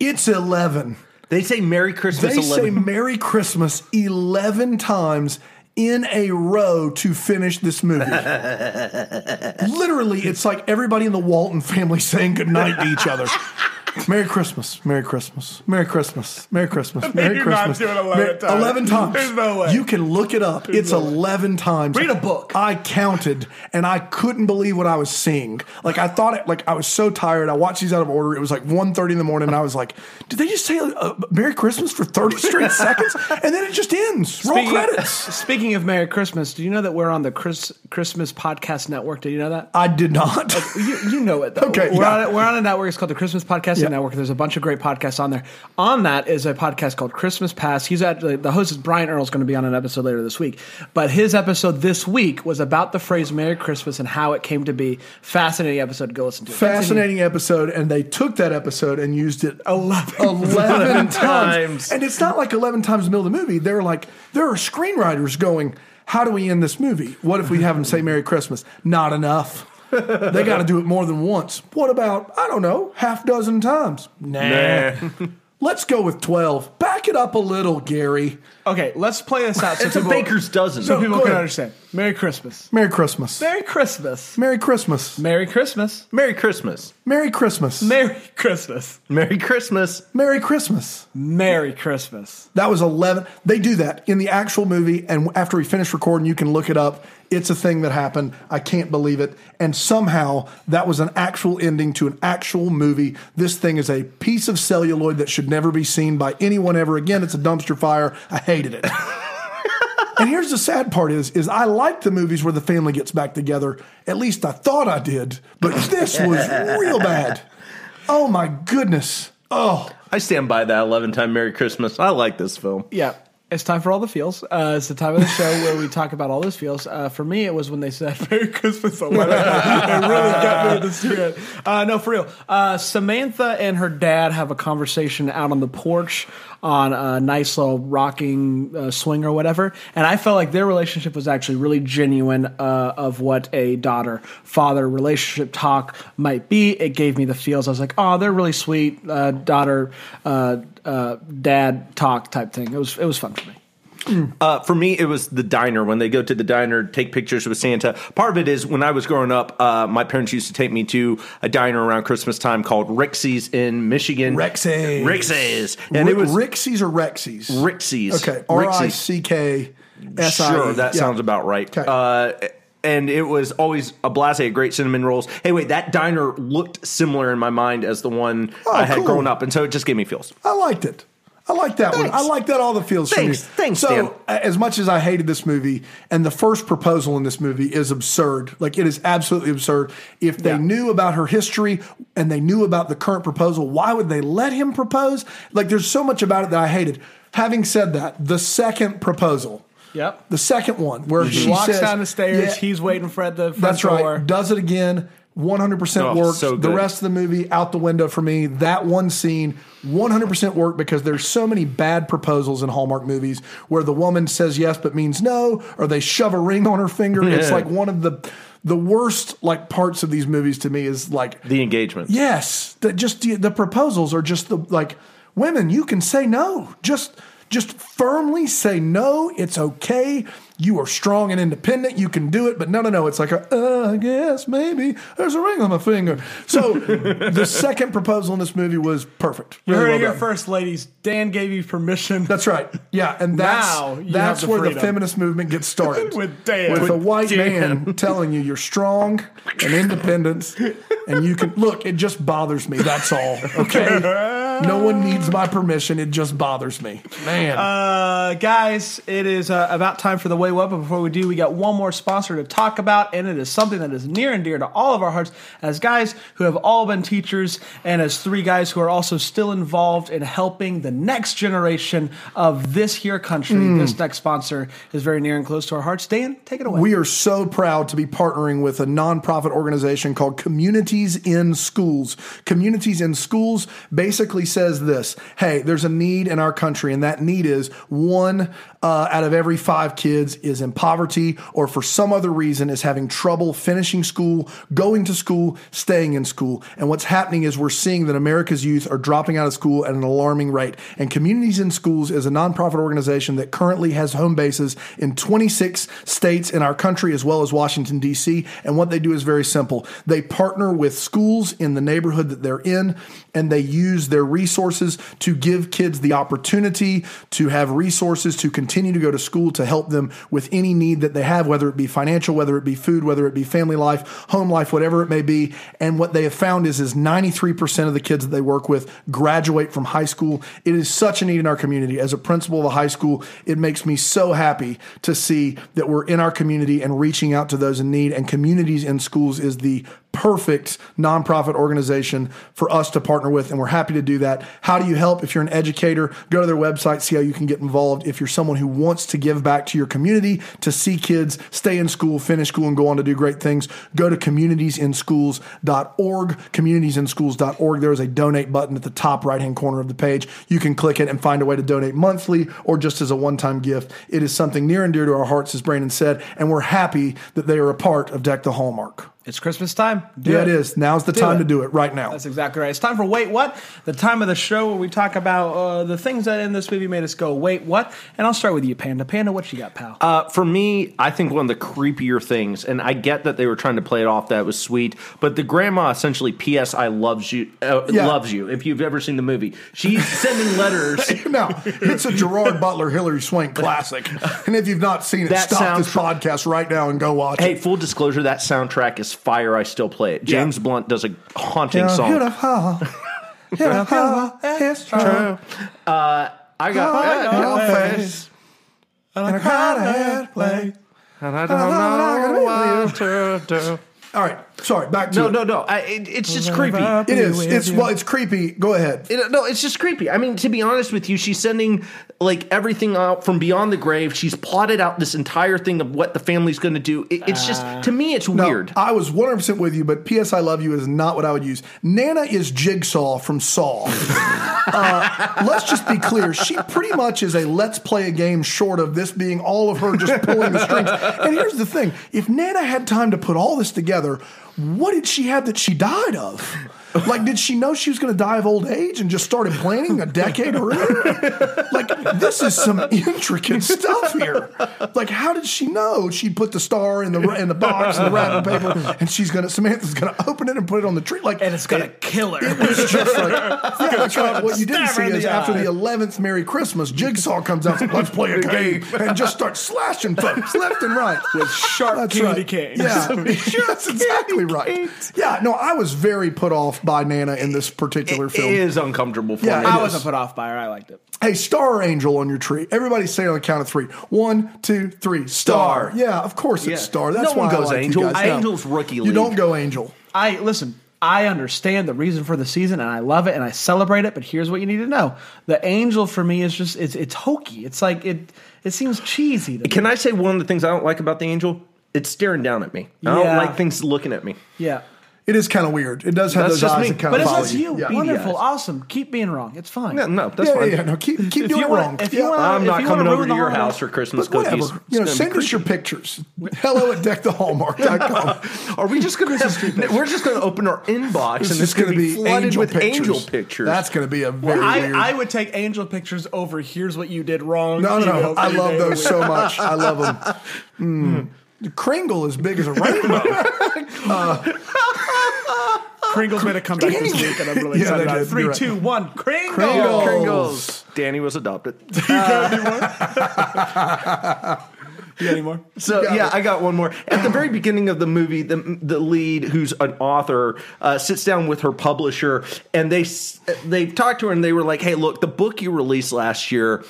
[SPEAKER 3] It's 11.
[SPEAKER 2] They say Merry Christmas
[SPEAKER 3] They say
[SPEAKER 2] 11.
[SPEAKER 3] Merry Christmas 11 times in a row to finish
[SPEAKER 1] (laughs)
[SPEAKER 3] this movie. Literally, it's like everybody in the Walton family saying goodnight to each
[SPEAKER 1] (laughs)
[SPEAKER 3] other. Merry Christmas, Merry Christmas, Merry Christmas,
[SPEAKER 1] (laughs)
[SPEAKER 3] Merry Christmas, Merry
[SPEAKER 1] do not
[SPEAKER 3] Christmas.
[SPEAKER 1] do it 11
[SPEAKER 3] Mer-
[SPEAKER 1] times.
[SPEAKER 3] 11 times.
[SPEAKER 1] There's no way.
[SPEAKER 3] You can look it up. it's 11 times.
[SPEAKER 1] Read a book.
[SPEAKER 3] I counted and I couldn't believe what I was seeing. Like I thought it like I was so tired. I watched these out of order. It was like 1.30 in the morning and I was like, did they just say uh, Merry Christmas for 30 straight (laughs) seconds? And then it just ends. Roll credits.
[SPEAKER 1] (laughs) Speaking of Merry Christmas, do you know that we're on the Chris, Christmas Podcast Network? Did you know that?
[SPEAKER 3] I did not.
[SPEAKER 1] You, you know it though.
[SPEAKER 3] Okay,
[SPEAKER 1] we're,
[SPEAKER 3] yeah.
[SPEAKER 1] on a, we're on a network. It's called the Christmas Podcasting
[SPEAKER 3] Yeah.
[SPEAKER 1] Network. There's a bunch of great podcasts on there. On that is a podcast called Christmas Pass. He's at the host is Brian Earl's going to be on an episode later this week. But his episode this week was about the phrase "Merry Christmas" and how it came to be. Fascinating episode. Go listen to it.
[SPEAKER 3] Fascinating episode, and they took that episode and used it (laughs) 11, times.
[SPEAKER 2] times.
[SPEAKER 3] And it's not like 11 times in the middle of the movie. They're like, there are screenwriters going, How do we end this movie? What if we have them say Merry Christmas? Not enough. they got to do it more than once. What about, I don't know, half dozen times? Nah. Let's go with 12. Back Back it up a little, Gary.
[SPEAKER 1] Okay, let's play this out so
[SPEAKER 2] It's a
[SPEAKER 1] people,
[SPEAKER 2] baker's dozen.
[SPEAKER 1] so people
[SPEAKER 3] go
[SPEAKER 1] can
[SPEAKER 3] ahead.
[SPEAKER 1] understand. Merry Christmas.
[SPEAKER 3] Merry Christmas.
[SPEAKER 1] Merry Christmas.
[SPEAKER 3] Merry Christmas.
[SPEAKER 1] Merry Christmas.
[SPEAKER 2] Merry Christmas.
[SPEAKER 3] Merry Christmas.
[SPEAKER 1] Merry Christmas.
[SPEAKER 2] Merry Christmas.
[SPEAKER 3] Merry Christmas.
[SPEAKER 1] Merry Christmas.
[SPEAKER 3] That was 11. They do that in the actual movie. And after we finish recording, you can look it up. It's a thing that happened. I can't believe it. And somehow that was an actual ending to an actual movie. This thing is a piece of celluloid that should never be seen by anyone ever again. It's a dumpster fire. I hated it. (laughs) and here's the sad part is is I like the movies where the family gets back together. At least I thought I did. But this was real bad. Oh my goodness. Oh.
[SPEAKER 2] I stand by that 11 time Merry Christmas. I like this film.
[SPEAKER 1] Yeah. It's time for all the feels. Uh, it's the time of the show where we talk about all those feels. Uh, for me, it was when they said (laughs) "Merry Christmas." I went, it really got me in the spirit. Uh, no, for real. Uh, Samantha and her dad have a conversation out on the porch on a nice little rocking uh, swing or whatever, and I felt like their relationship was actually really genuine uh, of what a daughter father relationship talk might be. It gave me the feels. I was like, oh, they're really sweet uh, daughter uh, uh, dad talk type thing. It was it was fun for me.
[SPEAKER 2] Uh, for me, it was the diner. When they go to the diner, take pictures with Santa. Part of it is when I was growing up, uh, my parents used to take me to a diner around Christmas time called Rixie's in Michigan.
[SPEAKER 3] Rixie's.
[SPEAKER 2] Rixie's. And it was
[SPEAKER 3] Rixies or Rexies?
[SPEAKER 2] Rixie's.
[SPEAKER 3] Okay, R I
[SPEAKER 2] Rixie's.
[SPEAKER 3] C K S I. E.
[SPEAKER 2] Sure, that sounds about right.
[SPEAKER 3] Okay.
[SPEAKER 2] Uh, and it was always a blase of great cinnamon rolls. Hey, wait, that diner looked similar in my mind as the one
[SPEAKER 3] Oh,
[SPEAKER 2] I had
[SPEAKER 3] cool.
[SPEAKER 2] growing up, and so it just gave me feels.
[SPEAKER 3] I liked it. I liked that
[SPEAKER 2] Thanks.
[SPEAKER 3] one. I liked that all the feels from
[SPEAKER 2] Thanks.
[SPEAKER 3] you.
[SPEAKER 2] Thanks,
[SPEAKER 3] So,
[SPEAKER 2] Dan.
[SPEAKER 3] a- as much as I hated this movie, and the first proposal in this movie is absurd. Like it is absolutely absurd. If they
[SPEAKER 1] Yeah.
[SPEAKER 3] knew about her history and they knew about the current proposal, why would they let him propose? Like there's so much about it that I hated. Having said that, the second proposal.
[SPEAKER 1] Yep.
[SPEAKER 3] The second one where she
[SPEAKER 1] She walks
[SPEAKER 3] says-
[SPEAKER 1] down the stairs.
[SPEAKER 3] Yeah.
[SPEAKER 1] He's waiting for at the front
[SPEAKER 3] That's
[SPEAKER 1] door.
[SPEAKER 3] right. Does it again. 100%
[SPEAKER 2] Oh,
[SPEAKER 3] worked.
[SPEAKER 2] so
[SPEAKER 3] the
[SPEAKER 2] good.
[SPEAKER 3] rest of the movie out the window for me. That one scene 100% worked because there's so many bad proposals in Hallmark movies where the woman says yes but means no or they shove a ring on her finger. It's like one of the the worst like parts of these movies to me is like
[SPEAKER 2] The engagement.
[SPEAKER 3] Yes, that just the, the proposals are just the like women. You can say no. Just just firmly say no. It's okay. You are strong and independent. You can do it. But no, no, no. It's like a, uh, I guess maybe there's a ring on my finger. So (laughs) the second proposal in this movie was perfect.
[SPEAKER 1] You
[SPEAKER 3] Really
[SPEAKER 1] heard
[SPEAKER 3] well
[SPEAKER 1] it here
[SPEAKER 3] done.
[SPEAKER 1] first, ladies. Dan gave you permission
[SPEAKER 3] (laughs) That's right. Yeah, and that's
[SPEAKER 1] Now you
[SPEAKER 3] that's
[SPEAKER 1] have the
[SPEAKER 3] where the
[SPEAKER 1] freedom.
[SPEAKER 3] feminist movement gets started
[SPEAKER 1] (laughs) with Dan.
[SPEAKER 3] with a white
[SPEAKER 2] Dan.
[SPEAKER 3] man telling you you're strong and independent and you can look it just bothers me that's all
[SPEAKER 1] (laughs)
[SPEAKER 3] okay no one needs my permission it just bothers me man
[SPEAKER 1] Uh, guys, it is uh, about time for the way up. But before we do, we got one more sponsor to talk about, and it is something that is near and dear to all of our hearts as guys who have all been teachers, and as three guys who are also still involved in helping the next generation of this here country.
[SPEAKER 3] Mm.
[SPEAKER 1] This next sponsor is very near and close to our hearts. Dan, take it away.
[SPEAKER 3] we are so proud to be partnering with a nonprofit organization called Communities in Schools. Communities in Schools basically says this hey, there's a need in our country, and that need is one uh, out of every five kids is in poverty or for some other reason is having trouble finishing school, going to school, staying in school. And what's happening is we're seeing that America's youth are dropping out of school at an alarming rate. And Communities in Schools is a nonprofit organization that currently has home bases in 26 states in our country, as well as Washington, D.C. And what they do is very simple they partner with schools in the neighborhood that they're in, and they use their resources to give kids the opportunity to have resources to continue to go to school to help them with any need that they have, whether it be financial, whether it be food, whether it be family life, home life, whatever it may be. And what they have found is, is 93% of the kids that they work with graduate from high school. It is such a need in our community. As a principal of a high school, it makes me so happy to see that we're in our community and reaching out to those in need. And Communities in Schools is the perfect nonprofit organization for us to partner with, and we're happy to do that. How do you help? If you're an educator, go to their website, see how you can get involved. If you're someone who wants to give back to your community, to see kids stay in school, finish school, and go on to do great things, go to communitiesinschools.org, communitiesinschools.org. There is a donate button at the top right hand corner of the page. You can click it and find a way to donate monthly or just as a one time gift. It is something near and dear to our hearts, as Brandon said, and we're happy that they are a part of Deck the Hallmark.
[SPEAKER 1] It's Christmas time. Do
[SPEAKER 3] Yeah, it is. Now's the
[SPEAKER 1] Do
[SPEAKER 3] time
[SPEAKER 1] it.
[SPEAKER 3] to do it right now.
[SPEAKER 1] That's exactly right. It's time for Wait What, the time of the show where we talk about uh, the things that in this movie made us go, Wait, what? And I'll start with you, Panda. Panda, what you got, pal?
[SPEAKER 2] Uh, for me, I think one of the creepier things, and I get that they were trying to play it off that it was sweet, but the grandma essentially "P.S. I loves you, uh,
[SPEAKER 3] Yeah.
[SPEAKER 2] loves you." If you've ever seen the movie, she's sending letters.
[SPEAKER 3] (laughs) No, it's a Gerard Butler Hillary
[SPEAKER 2] (laughs)
[SPEAKER 3] Swank classic. And if you've not seen it,
[SPEAKER 2] That
[SPEAKER 3] stop this
[SPEAKER 2] soundtrack-
[SPEAKER 3] podcast right now and go watch
[SPEAKER 2] Hey,
[SPEAKER 3] it.
[SPEAKER 2] full disclosure, that soundtrack is fire. I still play it.
[SPEAKER 3] Yeah.
[SPEAKER 2] James Blunt does a haunting song.
[SPEAKER 3] Beautiful. Beautiful. It's true.
[SPEAKER 2] I got
[SPEAKER 3] I know
[SPEAKER 2] I got
[SPEAKER 3] it.
[SPEAKER 2] this,
[SPEAKER 3] And I cried at play.
[SPEAKER 2] and I don't know what to do.
[SPEAKER 3] All right. Sorry. Back to
[SPEAKER 2] No,
[SPEAKER 3] it.
[SPEAKER 2] no, no. I, it, it's just creepy.
[SPEAKER 3] It is. It's well. It's creepy. Go ahead.
[SPEAKER 2] It- no, it's just creepy. I mean, to be honest with you, she's sending like everything out from beyond the grave. She's plotted out this entire thing of what the family's going to do. It, it's just to me, it's
[SPEAKER 3] No,
[SPEAKER 2] weird.
[SPEAKER 3] I was 100% with you, but PS I Love You is not what I would use. Nana is Jigsaw from Saw. (laughs) uh, let's just be clear. She pretty much is a let's play a game short of this being all of her just pulling the strings. And here's the thing if Nana had time to put all this together, what did she have that she died of? Like, did she know she was going to die of old age and just started planning a decade earlier? Like, this is some (laughs) intricate stuff here. Like, how did she know she put the star in the in the box and the wrapping paper, and she's gonna Samantha's gonna open it and put it on the tree? Like,
[SPEAKER 1] and it's going to kill her.
[SPEAKER 3] it's just like, yeah, that's right. What you didn't
[SPEAKER 1] Stab her
[SPEAKER 3] see
[SPEAKER 1] in the
[SPEAKER 3] is after
[SPEAKER 1] eye.
[SPEAKER 3] the eleventh Merry Christmas, Jigsaw comes out. and Let's play
[SPEAKER 1] (laughs)
[SPEAKER 3] a game and just start slashing folks left and right with
[SPEAKER 1] sharp candy canes.
[SPEAKER 3] Yeah,
[SPEAKER 1] (laughs) Some
[SPEAKER 3] that's exactly right. Yeah, no, I was very put off by Nana in this particular
[SPEAKER 2] it
[SPEAKER 3] film.
[SPEAKER 2] is uncomfortable for
[SPEAKER 3] Yeah,
[SPEAKER 2] me.
[SPEAKER 3] it
[SPEAKER 1] I
[SPEAKER 3] is.
[SPEAKER 1] wasn't put off by her. I liked it.
[SPEAKER 3] Hey, star angel on your tree. Everybody say it on the count of three. One, two, three. Star.
[SPEAKER 2] Star.
[SPEAKER 3] Yeah, of course
[SPEAKER 2] Yeah.
[SPEAKER 3] it's star. That's
[SPEAKER 2] No one
[SPEAKER 3] why I
[SPEAKER 2] goes
[SPEAKER 3] like you
[SPEAKER 2] angel.
[SPEAKER 3] guys. No.
[SPEAKER 2] Angel's rookie
[SPEAKER 3] You
[SPEAKER 2] league.
[SPEAKER 3] don't go angel.
[SPEAKER 1] I listen. I understand the reason for the season, and I love it, and I celebrate it. But here's what you need to know: the angel for me is just it's it's hokey. It's like it it seems cheesy. To me.
[SPEAKER 2] Can I say one of the things I don't like about the angel? It's staring down at me. I don't
[SPEAKER 1] Yeah.
[SPEAKER 2] like things looking at me.
[SPEAKER 1] Yeah,
[SPEAKER 3] It is kind of weird. It does have
[SPEAKER 2] That's
[SPEAKER 3] those
[SPEAKER 2] just
[SPEAKER 3] eyes
[SPEAKER 2] me.
[SPEAKER 3] that kind
[SPEAKER 1] but
[SPEAKER 3] of
[SPEAKER 1] it's
[SPEAKER 3] follow
[SPEAKER 1] that's you.
[SPEAKER 3] Yeah.
[SPEAKER 1] Beautiful,
[SPEAKER 2] Yes.
[SPEAKER 1] awesome. Keep being wrong. It's fine.
[SPEAKER 2] No, no that's
[SPEAKER 3] yeah,
[SPEAKER 2] fine.
[SPEAKER 3] yeah, no, keep keep
[SPEAKER 1] If
[SPEAKER 3] doing
[SPEAKER 1] you
[SPEAKER 3] it
[SPEAKER 1] wanna-
[SPEAKER 3] wrong.
[SPEAKER 1] if you
[SPEAKER 3] Yeah.
[SPEAKER 1] wanna-
[SPEAKER 2] Uh, I'm not
[SPEAKER 1] you
[SPEAKER 2] coming
[SPEAKER 1] wanna
[SPEAKER 2] over
[SPEAKER 1] ruin
[SPEAKER 2] to
[SPEAKER 1] the
[SPEAKER 2] your
[SPEAKER 1] holiday-
[SPEAKER 2] house for Christmas
[SPEAKER 3] But whatever,
[SPEAKER 2] cookies. It's
[SPEAKER 3] you know,
[SPEAKER 2] gonna be
[SPEAKER 3] send us your pictures. Hello
[SPEAKER 2] (laughs)
[SPEAKER 3] at deckthehallmark.com.
[SPEAKER 2] Are we just gonna? we're just gonna open our inbox and it's gonna, be flooded with angel pictures.
[SPEAKER 3] That's going to be a very weird.
[SPEAKER 1] I, I would take angel pictures over. Here's what you did wrong.
[SPEAKER 3] no, no, no.
[SPEAKER 1] email
[SPEAKER 3] I
[SPEAKER 1] three
[SPEAKER 3] love
[SPEAKER 1] days (laughs)
[SPEAKER 3] those
[SPEAKER 1] later.
[SPEAKER 3] so much. I love them.
[SPEAKER 2] (laughs)
[SPEAKER 3] The Kringle is big as a rainbow.
[SPEAKER 2] (laughs)
[SPEAKER 1] Kringles made a comeback this week, and I'm really
[SPEAKER 3] Yeah,
[SPEAKER 1] excited
[SPEAKER 3] they
[SPEAKER 1] about it.
[SPEAKER 3] did. You're
[SPEAKER 1] Three,
[SPEAKER 3] right.
[SPEAKER 1] two, one, Kringle.
[SPEAKER 3] Kringle.
[SPEAKER 2] Kringles. Danny was adopted.
[SPEAKER 1] You got any more?
[SPEAKER 2] So
[SPEAKER 3] Got
[SPEAKER 2] yeah,
[SPEAKER 3] it.
[SPEAKER 2] I got one more. At the very beginning of the movie, the the lead, who's an author, uh, sits down with her publisher, and they s- they talked to her, and they were like, "Hey, look, the book you released last year."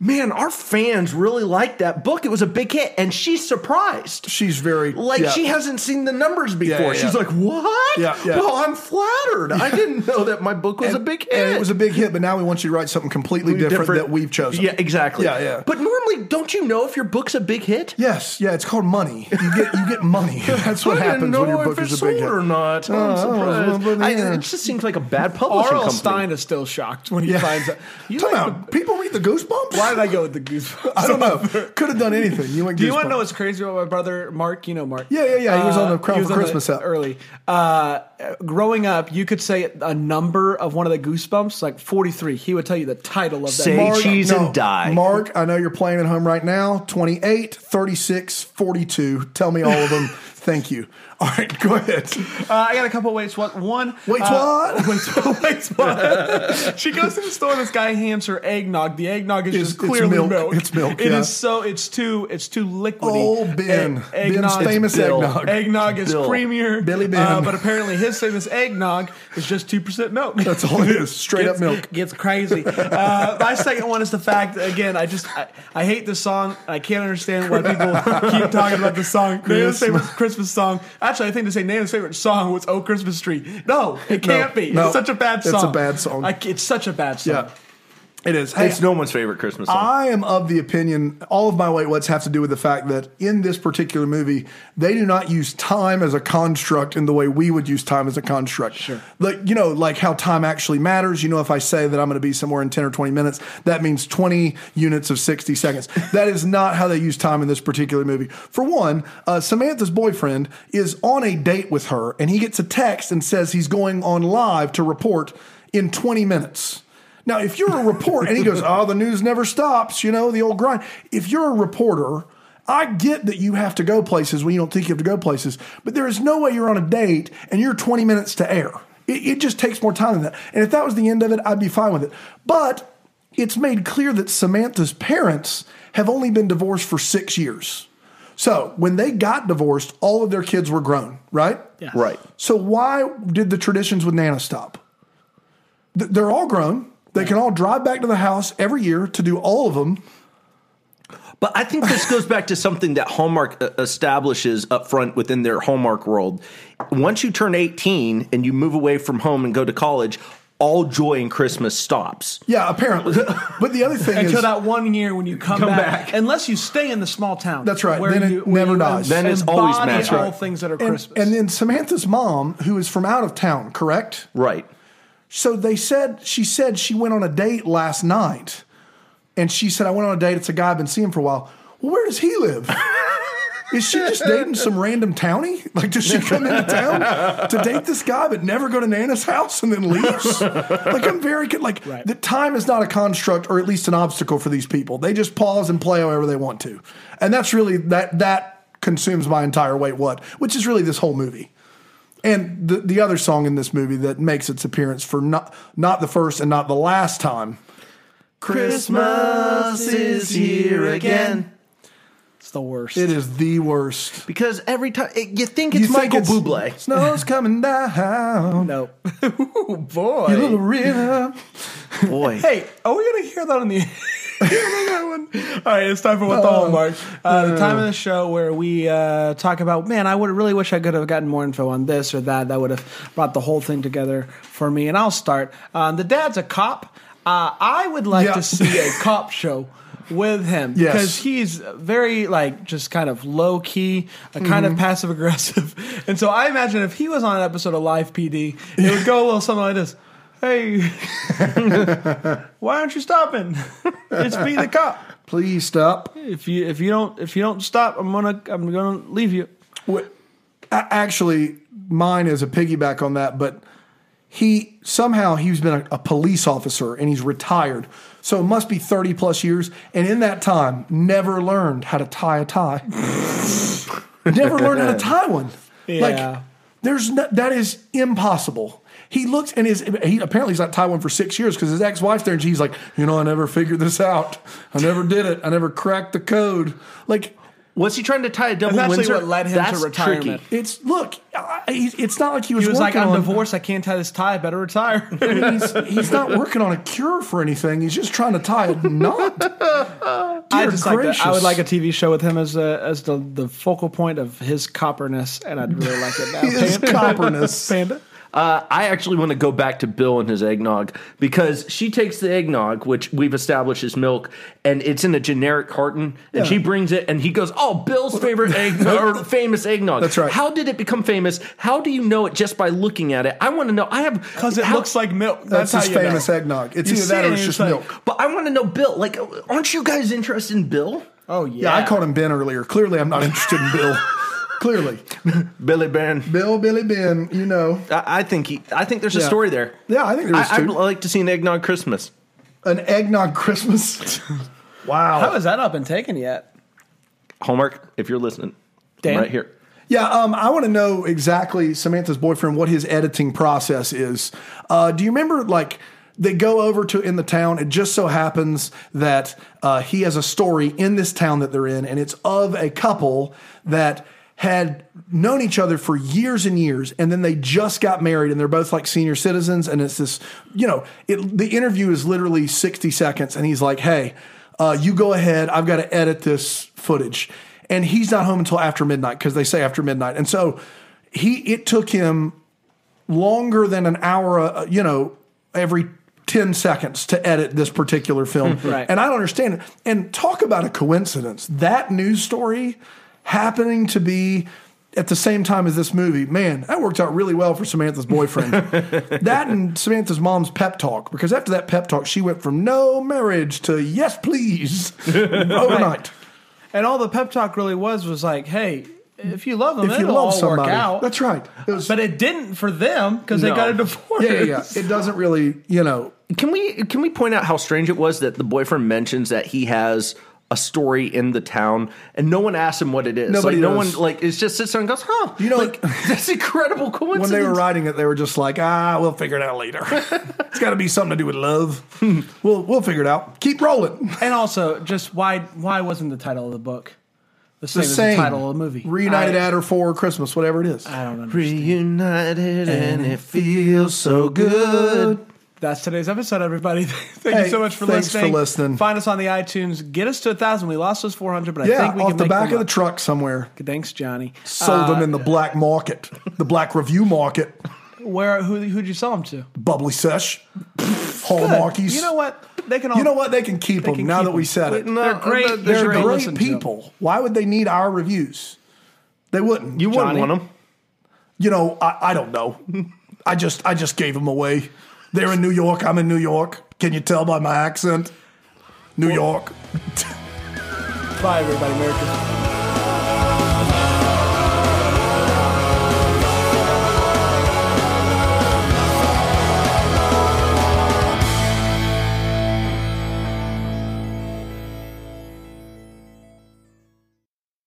[SPEAKER 2] Man, our fans really liked that book. It was a big hit, and she's surprised.
[SPEAKER 3] She's very
[SPEAKER 2] Like
[SPEAKER 3] yeah.
[SPEAKER 2] she hasn't seen the numbers before.
[SPEAKER 3] yeah,
[SPEAKER 2] She's
[SPEAKER 3] yeah.
[SPEAKER 2] like, "What?
[SPEAKER 3] Yeah, yeah.
[SPEAKER 2] Well, I'm flattered. I didn't know that my book was
[SPEAKER 3] And-
[SPEAKER 2] a big hit.
[SPEAKER 3] And it was a big hit, but now we want you to write something completely different, that we've chosen.
[SPEAKER 2] Yeah, exactly.
[SPEAKER 3] Yeah, yeah.
[SPEAKER 2] But normally, don't you know if your book's a big hit?
[SPEAKER 3] Yes, yeah, it's called money. You get you get money. That's what
[SPEAKER 2] I didn't
[SPEAKER 3] happens when
[SPEAKER 2] know
[SPEAKER 3] your
[SPEAKER 2] if
[SPEAKER 3] book
[SPEAKER 2] it's
[SPEAKER 3] is a big
[SPEAKER 2] sold
[SPEAKER 3] hit.
[SPEAKER 2] or not. Oh, I'm surprised.
[SPEAKER 3] well, but
[SPEAKER 2] I-
[SPEAKER 3] yeah.
[SPEAKER 2] it just seems like a bad publishing
[SPEAKER 1] Arl
[SPEAKER 2] company.
[SPEAKER 1] Stein is still shocked when he
[SPEAKER 3] Yeah. (laughs)
[SPEAKER 1] finds out. You
[SPEAKER 3] Come
[SPEAKER 1] like
[SPEAKER 3] out. People read the Goosebumps.
[SPEAKER 1] (laughs) Why did I go with the goosebumps?
[SPEAKER 3] I
[SPEAKER 1] (laughs)
[SPEAKER 3] don't know. Could have done anything. You went.
[SPEAKER 1] Do you want to
[SPEAKER 3] Goosebumps.
[SPEAKER 1] know what's crazy about my brother Mark? You know Mark. Uh,
[SPEAKER 3] Yeah, yeah, yeah. He was on the Crown
[SPEAKER 1] he was
[SPEAKER 3] for
[SPEAKER 1] on the-
[SPEAKER 3] Christmas app.
[SPEAKER 1] early. Uh, growing up, you could say a number of one of the Goosebumps, like forty three. He would tell you the title of that.
[SPEAKER 2] Say
[SPEAKER 1] Mark,
[SPEAKER 2] Mark- cheese and die.
[SPEAKER 3] Mark, I know you're playing at home right now. 28, 36, 42. Tell me all of them. Thank you. All right, go ahead.
[SPEAKER 1] uh, I got a couple ways. What one?
[SPEAKER 3] Wait,
[SPEAKER 1] uh,
[SPEAKER 3] what?
[SPEAKER 1] Wait,
[SPEAKER 3] (laughs)
[SPEAKER 1] wait, what? she goes to the store. This guy hands her eggnog. The eggnog is
[SPEAKER 3] It's-
[SPEAKER 1] just
[SPEAKER 3] it's
[SPEAKER 1] clearly
[SPEAKER 3] milk. It's milk,
[SPEAKER 1] It is
[SPEAKER 3] yeah.
[SPEAKER 1] so. It's too. It's too liquidy.
[SPEAKER 3] Oh, Ben.
[SPEAKER 1] E- eggnog's-
[SPEAKER 3] Ben's famous
[SPEAKER 1] It's Bill.
[SPEAKER 3] eggnog.
[SPEAKER 1] Eggnog is
[SPEAKER 2] Bill.
[SPEAKER 1] creamier.
[SPEAKER 3] Billy Ben.
[SPEAKER 1] Uh, but apparently, his famous eggnog is just two percent milk.
[SPEAKER 3] (laughs) That's all it is. Straight up
[SPEAKER 1] gets,
[SPEAKER 3] milk.
[SPEAKER 1] gets crazy. Uh, my second one is the fact again. I just I, I hate this song. And I can't understand why
[SPEAKER 3] (laughs)
[SPEAKER 1] people keep talking about this song. Nana's favorite Christmas song. Actually, I think to say Nana's favorite song was "Oh Christmas Tree." No, it can't be.
[SPEAKER 3] no.
[SPEAKER 1] it's such a bad
[SPEAKER 3] It's a
[SPEAKER 1] song.
[SPEAKER 3] bad song.
[SPEAKER 1] I c- it's such a bad song.
[SPEAKER 3] Yeah. It is. Hey,
[SPEAKER 2] It's no one's favorite Christmas song.
[SPEAKER 3] I am of the opinion all of my wait whats have to do with the fact that in this particular movie, they do not use time as a construct in the way we would use time as a construct. Sure. Like, you know, like how time actually matters. You know, if I say that I'm going to be somewhere in 10 or 20 minutes, that means 20 units of
[SPEAKER 2] (laughs)
[SPEAKER 3] 60 seconds. that is not how they use time in this particular movie. For one, uh, Samantha's boyfriend is on a date with her and he gets a text and says he's going on live to report in 20 minutes. Now, if you're a reporter, and he goes, "Oh, the news never stops," you know the old grind. If you're a reporter, I get that you have to go places when you don't think you have to go places, but there is no way you're on a date and you're 20 minutes to air. It, it just takes more time than that. And if that was the end of it, I'd be fine with it. But it's made clear that Samantha's parents have only been divorced for six years. So when they got divorced, all of their kids were grown, right?
[SPEAKER 1] Yes.
[SPEAKER 2] right.
[SPEAKER 3] So why did the traditions with Nana stop? Th- They're all grown. They can all drive back to the house every year to do all of them.
[SPEAKER 2] But I think this goes back to something that Hallmark uh, establishes up front within their Hallmark world. Once you turn 18 and you move away from home and go to college, all joy in Christmas stops.
[SPEAKER 3] Yeah, apparently. (laughs) but the other thing
[SPEAKER 1] Until
[SPEAKER 3] is
[SPEAKER 1] that one year when you come, back, unless you stay in the small town.
[SPEAKER 3] That's right. Then it never dies.
[SPEAKER 2] Then it's always
[SPEAKER 1] embody
[SPEAKER 2] magic.
[SPEAKER 1] all
[SPEAKER 2] Right.
[SPEAKER 1] things that are
[SPEAKER 3] and,
[SPEAKER 1] Christmas.
[SPEAKER 3] and then Samantha's mom, who is from out of town, correct?
[SPEAKER 2] Right.
[SPEAKER 3] So they said she said she went on a date last night, and she said I went on a date. It's a guy I've been seeing for a while. Well, where does he live? (laughs) Is she just dating some random townie? (laughs) Like, does she come into town to date this guy but never go to Nana's house and then leaves? Like, I'm very con- like
[SPEAKER 1] Right.
[SPEAKER 3] the time is not a construct or at least an obstacle for these people. They just pause and play however they want to, and that's really that that consumes my entire wait what, which is really this whole movie. And the the other song in this movie that makes its appearance for not not the first and not the last time.
[SPEAKER 2] Christmas is here again.
[SPEAKER 1] it's the worst.
[SPEAKER 3] It is the worst.
[SPEAKER 2] Because every time you think it's Michael
[SPEAKER 3] it's-
[SPEAKER 2] Bublé.
[SPEAKER 3] Snow's
[SPEAKER 2] (laughs)
[SPEAKER 3] coming
[SPEAKER 1] (laughs)
[SPEAKER 3] down.
[SPEAKER 1] no.
[SPEAKER 2] boy,
[SPEAKER 3] Your little river.
[SPEAKER 2] (laughs) boy.
[SPEAKER 1] Hey, are we gonna hear that on the? (laughs) All right, it's time for what the hallmark. Uh, the time of the show where we uh, talk about. Man, I would really wish I could have gotten more info on this or that. That would have brought the whole thing together for me. And I'll start. Um, the dad's a cop. Uh, I would like
[SPEAKER 3] Yeah.
[SPEAKER 1] to see a cop show with him
[SPEAKER 3] Yes.
[SPEAKER 1] because he's very like just kind of low key, a kind of passive aggressive. (laughs) And so I imagine if he was on an episode of Live PD, it would go a little something like this. Hey, (laughs) why aren't you stopping? (laughs) it's me, the cop.
[SPEAKER 3] Please stop.
[SPEAKER 1] If you if you don't if you don't stop, I'm gonna I'm gonna leave you.
[SPEAKER 3] Wh- a- Actually, mine is a piggyback on that, but he somehow he's been a, a police officer and he's retired. So it must be 30 plus years. And in that time, never learned how to tie a tie. (laughs) never learned how to tie one.
[SPEAKER 1] Yeah.
[SPEAKER 3] Like, there's no, that is impossible. He looks and his he apparently he's not tied one for six years because his ex wife's there and she's like, you know, I never figured this out. I never did it. I never cracked the code. Like,
[SPEAKER 2] Was he trying to tie a double
[SPEAKER 1] That's actually
[SPEAKER 2] Windsor?
[SPEAKER 1] what led him to
[SPEAKER 2] That's
[SPEAKER 1] retirement.
[SPEAKER 2] tricky.
[SPEAKER 3] It's look, I, he's- it's not like he was,
[SPEAKER 1] He was like,
[SPEAKER 3] working
[SPEAKER 1] I'm
[SPEAKER 3] on
[SPEAKER 1] divorced. I can't tie this tie. I better (laughs) retire.
[SPEAKER 3] (laughs) He's, he's not working on a cure for anything. He's just trying to tie a knot.
[SPEAKER 1] (laughs) I
[SPEAKER 3] Dear
[SPEAKER 1] just like that. I
[SPEAKER 3] gracious.
[SPEAKER 1] would like a TV show with him as a, as the, the focal point of his copperness, and I'd really like (laughs) it now.
[SPEAKER 3] His
[SPEAKER 1] (laughs)
[SPEAKER 3] copperness.
[SPEAKER 1] Panda.
[SPEAKER 2] Uh, I actually want to go back to Bill and his eggnog because she takes the eggnog, which we've established is milk, and it's in a generic carton, and she brings it, and he goes, "Oh, Bill's
[SPEAKER 1] (laughs)
[SPEAKER 2] favorite eggnog, or famous eggnog."
[SPEAKER 3] That's right.
[SPEAKER 2] How did it become famous? How do you know it just by looking at it? I want to know. I have
[SPEAKER 1] Because it
[SPEAKER 2] how-
[SPEAKER 1] looks like milk. That's,
[SPEAKER 3] That's,
[SPEAKER 1] how
[SPEAKER 3] his
[SPEAKER 1] you know.
[SPEAKER 3] famous eggnog. It's
[SPEAKER 1] You
[SPEAKER 3] either
[SPEAKER 1] see
[SPEAKER 3] that
[SPEAKER 1] it
[SPEAKER 3] or
[SPEAKER 1] and
[SPEAKER 3] it's
[SPEAKER 1] it's
[SPEAKER 3] just
[SPEAKER 1] like-
[SPEAKER 3] milk.
[SPEAKER 2] But I want to know Bill. Like, aren't you guys interested in Bill?
[SPEAKER 1] Oh
[SPEAKER 3] Yeah,
[SPEAKER 1] yeah.
[SPEAKER 3] I called him Ben earlier. Clearly, I'm not interested
[SPEAKER 1] (laughs)
[SPEAKER 3] in Bill. Clearly,
[SPEAKER 2] Billy Ben.
[SPEAKER 3] Bill, Billy, Ben. You know,
[SPEAKER 2] I, I think he. I think there's a
[SPEAKER 3] Yeah.
[SPEAKER 2] story there.
[SPEAKER 3] Yeah, I think there is
[SPEAKER 2] I, I'd
[SPEAKER 3] too.
[SPEAKER 2] like to see an eggnog Christmas.
[SPEAKER 3] an eggnog Christmas. wow.
[SPEAKER 1] How has that not been taken yet?
[SPEAKER 2] Hallmark, if you're listening,
[SPEAKER 1] Dan?
[SPEAKER 2] right here.
[SPEAKER 3] Yeah, um, I want to know exactly Samantha's boyfriend what his editing process is. Uh, do you remember like they go over to in the town? It just so happens that uh, he has a story in this town that they're in, and it's of a couple that had known each other for years and years and then they just got married and they're both like senior citizens and it's this you know it, the interview is literally 60 seconds and he's like hey uh, you go ahead i've got to edit this footage and he's not home until after midnight because they say after midnight and so he it took him longer than an hour uh, you know uh, every 10 seconds to edit this particular film.
[SPEAKER 1] Right.
[SPEAKER 3] And I don't understand it. And talk about a coincidence. That news story happening to be at the same time as this movie, man, that worked out really well for Samantha's boyfriend. that and Samantha's mom's pep talk, because after that pep talk, she went from no marriage to yes, please overnight.
[SPEAKER 1] And all the pep talk really was was like, hey, if you love them,
[SPEAKER 3] If you
[SPEAKER 1] it'll
[SPEAKER 3] love
[SPEAKER 1] all
[SPEAKER 3] somebody,
[SPEAKER 1] work out.
[SPEAKER 3] that's right. It was-
[SPEAKER 1] but it didn't for them because they
[SPEAKER 2] No.
[SPEAKER 1] got a divorce.
[SPEAKER 3] yeah, yeah, yeah. It doesn't really, you know,
[SPEAKER 2] Can we can we point out how strange it was that the boyfriend mentions that he has a story in the town and no one asks him what it is.
[SPEAKER 3] Nobody
[SPEAKER 2] like no
[SPEAKER 3] knows.
[SPEAKER 2] one like it just sits there and goes, huh?
[SPEAKER 3] You know,
[SPEAKER 2] like that's incredible coincidence.
[SPEAKER 3] (laughs) when they were writing it, they were just like, ah, we'll figure it
[SPEAKER 1] (laughs)
[SPEAKER 3] out later. it's got to be something to do with love. (laughs) we'll we'll figure it out. Keep rolling.
[SPEAKER 1] (laughs) And also, just why why wasn't the title of the book the same,
[SPEAKER 3] The same
[SPEAKER 1] as the title of the movie?
[SPEAKER 3] Reunited
[SPEAKER 1] I,
[SPEAKER 3] at or for Christmas, whatever it is.
[SPEAKER 1] I don't understand.
[SPEAKER 2] Reunited and it feels so good.
[SPEAKER 1] That's today's episode, everybody. (laughs) Thank
[SPEAKER 3] Hey,
[SPEAKER 1] you so much for
[SPEAKER 3] thanks for
[SPEAKER 1] listening.
[SPEAKER 3] listening.
[SPEAKER 1] Find us on the iTunes. Get us to a thousand. We lost those four hundred, but I
[SPEAKER 3] yeah,
[SPEAKER 1] think we
[SPEAKER 3] off
[SPEAKER 1] can
[SPEAKER 3] the
[SPEAKER 1] make
[SPEAKER 3] back
[SPEAKER 1] them
[SPEAKER 3] of
[SPEAKER 1] up.
[SPEAKER 3] the
[SPEAKER 1] Uh,
[SPEAKER 3] truck somewhere.
[SPEAKER 1] Thanks, Johnny.
[SPEAKER 3] Sold them in the black market, the black review market,
[SPEAKER 1] Where who who'd you sell them to?
[SPEAKER 3] bubbly sesh,
[SPEAKER 1] Good.
[SPEAKER 3] hallmarkies.
[SPEAKER 1] You know what? They can all.
[SPEAKER 3] You know what? They can keep
[SPEAKER 1] They
[SPEAKER 3] them
[SPEAKER 1] can
[SPEAKER 3] now
[SPEAKER 1] keep
[SPEAKER 3] that we
[SPEAKER 1] them.
[SPEAKER 3] said it.
[SPEAKER 1] They're great.
[SPEAKER 2] They're,
[SPEAKER 1] They're
[SPEAKER 2] great.
[SPEAKER 1] Go great.
[SPEAKER 3] Great
[SPEAKER 1] listen to 'em.
[SPEAKER 3] people. Why would they need our reviews? They wouldn't.
[SPEAKER 2] You wouldn't
[SPEAKER 1] Johnny.
[SPEAKER 2] want them.
[SPEAKER 3] you know, I, I don't know. I just I just gave them away. They're in New York. I'm in New York. Can you tell by my accent? New York.
[SPEAKER 1] Bye, everybody. Merry Christmas.